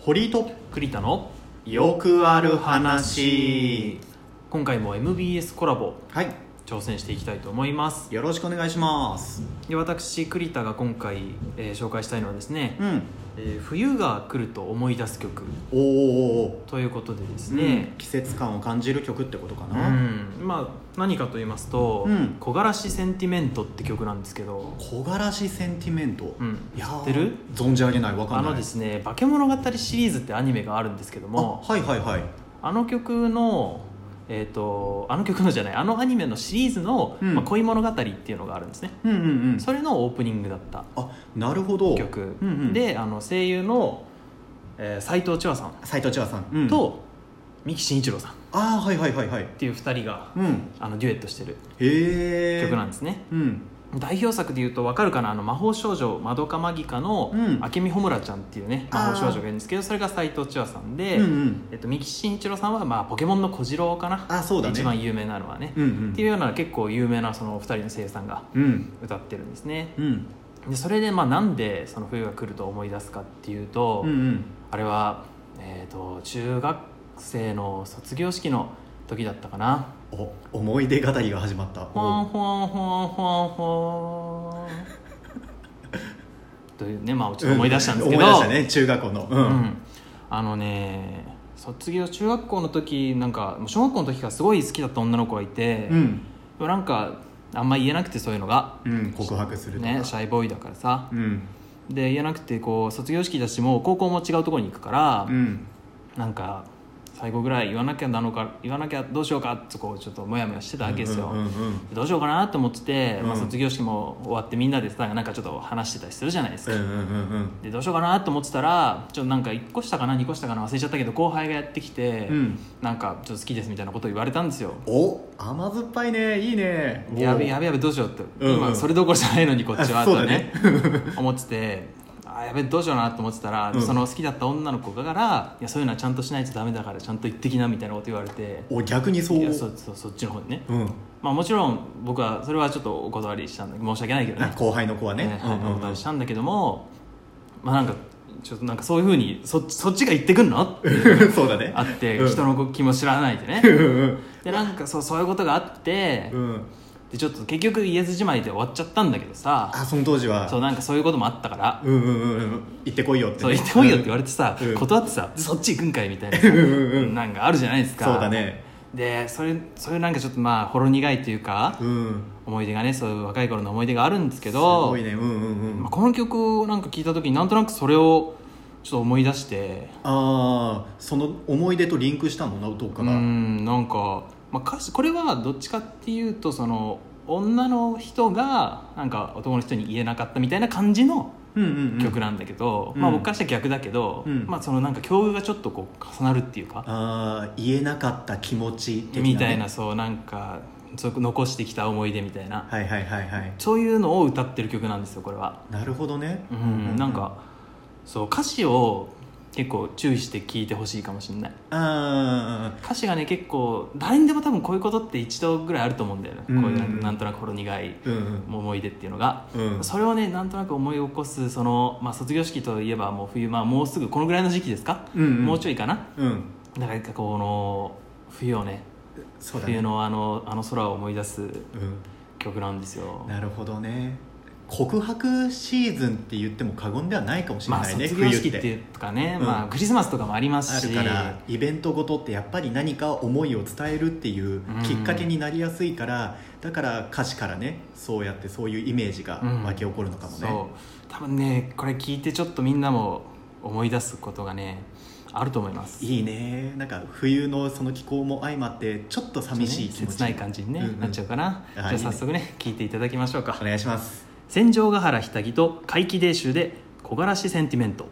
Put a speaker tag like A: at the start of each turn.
A: 堀井と
B: 栗田の
A: よくある話
B: 今回も MBS コラボ
A: はい
B: 挑戦していきたいと思います
A: よろしくお願いします
B: で私栗田が今回、えー紹介したいのはですね、
A: うん
B: えー冬が来ると思い出す曲
A: おーおーお
B: ということでで
A: ー
B: す
A: うん
B: ね、
A: 季節感を感じる曲ってことか
B: うん
A: な、
B: まあ何かと言いますと
A: うん
B: 「木枯らしセンティメント」って曲なんですけど、
A: 木枯らしセンティメント、
B: うん
A: いやー
B: 知ってる
A: 存じ上げないわか
B: あ
A: んない
B: のですね「化け物語」シリーズってアニメがあるんですけど
A: あ
B: も
A: はいはいはい
B: あの曲のえー、とあの曲のじゃないあのアニメのシリーズの「
A: うん
B: まあ、恋物語」っていうのがあるんですね、
A: うんうんうん
B: それのオープニングだった
A: あなるほど
B: 曲、
A: うんうん、
B: であの声優の斎、えー斉藤千和さん
A: 斎藤千和さん、うん
B: と三木真一郎さんっ
A: ああはいはいはいはい
B: ていう2人が
A: うん
B: あのデュエットしてる
A: へえ
B: 曲な
A: ん
B: んですね、
A: うん
B: 代表作でいうと分かるかな「あの魔法少女まどかマギカ」の
A: うん
B: 明美穂村ちゃんっていうね魔法少女がいるんですけどそれが斎藤千和さんで、
A: うんうん
B: えっと、三木真一郎さんは、まあ、ポケモンの小次郎かな
A: あそうだね
B: 一番有名なのはね、
A: うんうん
B: っていうような結構有名なその2人の声優さんが
A: うん
B: 歌ってるんですね
A: うん
B: でそれでまあなんでその冬が来ると思い出すかっていうと、
A: うんうん
B: あれは、えー、と中学生の卒業式の時だったかな
A: お思い出語りが始まった
B: ほわんほわんほわんほわんほわんというねまあちょっと思い出したんですけど、
A: う思い出したね中学校のう、
B: うんん、あのね卒業中学校の時なんかもう小学校の時からすごい好きだった女の子がいて、で
A: ん
B: もなんかあんま言えなくてそういうのが、
A: うん、告白するとか、
B: ね、シャイボーイだからさ
A: うん
B: で言えなくてこう卒業式だしもう高校も違うところに行くから、
A: うん
B: なんか最後ぐらい言わなきゃなのか言わなきゃどうしようかってこうちょっとモヤモヤしてたわけですよ、
A: うんうんうん
B: どうしようかなと思ってて、まあ、
A: うん
B: 卒業式も終わってみんなでさなんかちょっと話してたりするじゃないです
A: う
B: か、
A: んうんうんうん
B: でどうしようかなと思ってたらちょっとなんか1個下かな2個下かな忘れちゃったけど後輩がやってきて、
A: うん
B: なんかちょっと好きですみたいなことを言われたんですよ
A: お甘酸っぱいねいいね
B: やべや
A: べ
B: べやべどうしようって、
A: うんうん
B: 今それどころじゃないのにこっちは
A: あ
B: と
A: そう
B: は
A: だね
B: ね 思ってて。あやべどうしようなと思ってたら、
A: うん
B: その好きだった女の子からいやそういうのはちゃんとしないとダメだからちゃんと言ってきなみたいなこと言われて
A: お逆にそう
B: いやそそそっちの方にね、
A: うん、
B: まあ、もちろん僕はそれはちょっとお断りしたんだ申し訳ないけどね
A: 後輩の子はね
B: ねはいお
A: うんうんう
B: 断
A: ん
B: りしたんだけども、まあなんかちょっとなんかそういうふうにそっちそっちが言ってくんのっていうの
A: そうだね
B: があって、
A: うん
B: 人の気も知らないでね
A: うんうん
B: でなんかそうそういうことがあって、
A: うん
B: でちょっと結局言えずじまいで終わっちゃったんだけどさ
A: あその当時は
B: そうなんかそういうこともあったから、
A: うんうんうんうん行ってこいよって
B: そう
A: ね、
B: 言ってこいよって言わ
A: れ
B: れてさ、
A: うん
B: 断ってさそっち行くんかいみたいなさ
A: んうん
B: なんかあるじゃないですか
A: そうだね
B: でそれそれなんかちょっとまあほろ苦いというか、
A: うん
B: 思い出がねそういう若い頃の思い出があるんですけ
A: す
B: ど
A: ごいねうんうんうん
B: まあこの曲をなんか聞いた時になんとなくそれをちょっと思い出して
A: ああその思い出とリンクしたのどっか
B: う
A: がうん
B: んなんか、まあ、歌詞これはどっちかっていうとその女の人がなんか男の人に言えなかったみたいな感じの
A: うんうん
B: 曲なんだけど、
A: うん
B: まあ、僕からしたら逆だけど、
A: うん
B: まあ、そのなんか境遇がちょっとこう重なるっていうか、
A: ああ言えなかった気持ち的ね
B: みたいなそうなんかそう残してきた思い出みたいな、
A: はいはいはいはい
B: そういうのを歌ってる曲なんですよこれは。
A: なるほどね
B: うんなんかそう歌詞を結構注意して聞いてほしいかもしれない
A: あ
B: 歌詞がね結構誰にでも多分こういうことって一度ぐらいあると思うんだよね、
A: うん
B: こういうなんなんとなくほろ苦い
A: あうんうん
B: 思い出っていうのが、
A: うん
B: それをねなんとなく思い起こすその、まあ、卒業式といえばもう冬、まあ、もうすぐこのぐらいの時期ですか、
A: うんうん
B: もうちょいかな
A: うん
B: だからなんかこの冬をね
A: そうだね
B: 冬のあのあの空を思い出す
A: う
B: 曲なんですよ
A: んなるほどね告白シーズンって言っても過言ではないかもしれ
B: まあ
A: ないね
B: 卒
A: 冬
B: 業式っていうかね、
A: うん
B: まあ、クリスマスとかもあります
A: あ
B: し
A: るからイベントごとってやっぱり何か思いを伝えるっていうきっかけになりやすいからだから歌詞からねそうやってそういうイメージが
B: うん
A: 湧き起こるのかもね
B: そう多分ねこれ聞いてちょっとみんなも思い出すことがねあると思います
A: いいねなんか冬のその気候も相まってちょっと寂しい気
B: ちょ
A: 持ち
B: っとね切ない感じに、ね
A: うんうん
B: なっちゃうかなじゃ
A: あ
B: あ
A: いいね
B: 早速ね聞いていただきましょうか
A: お願いします
B: 「戦場ヶ原ひたぎと怪奇伝集で木枯らしセンティメント」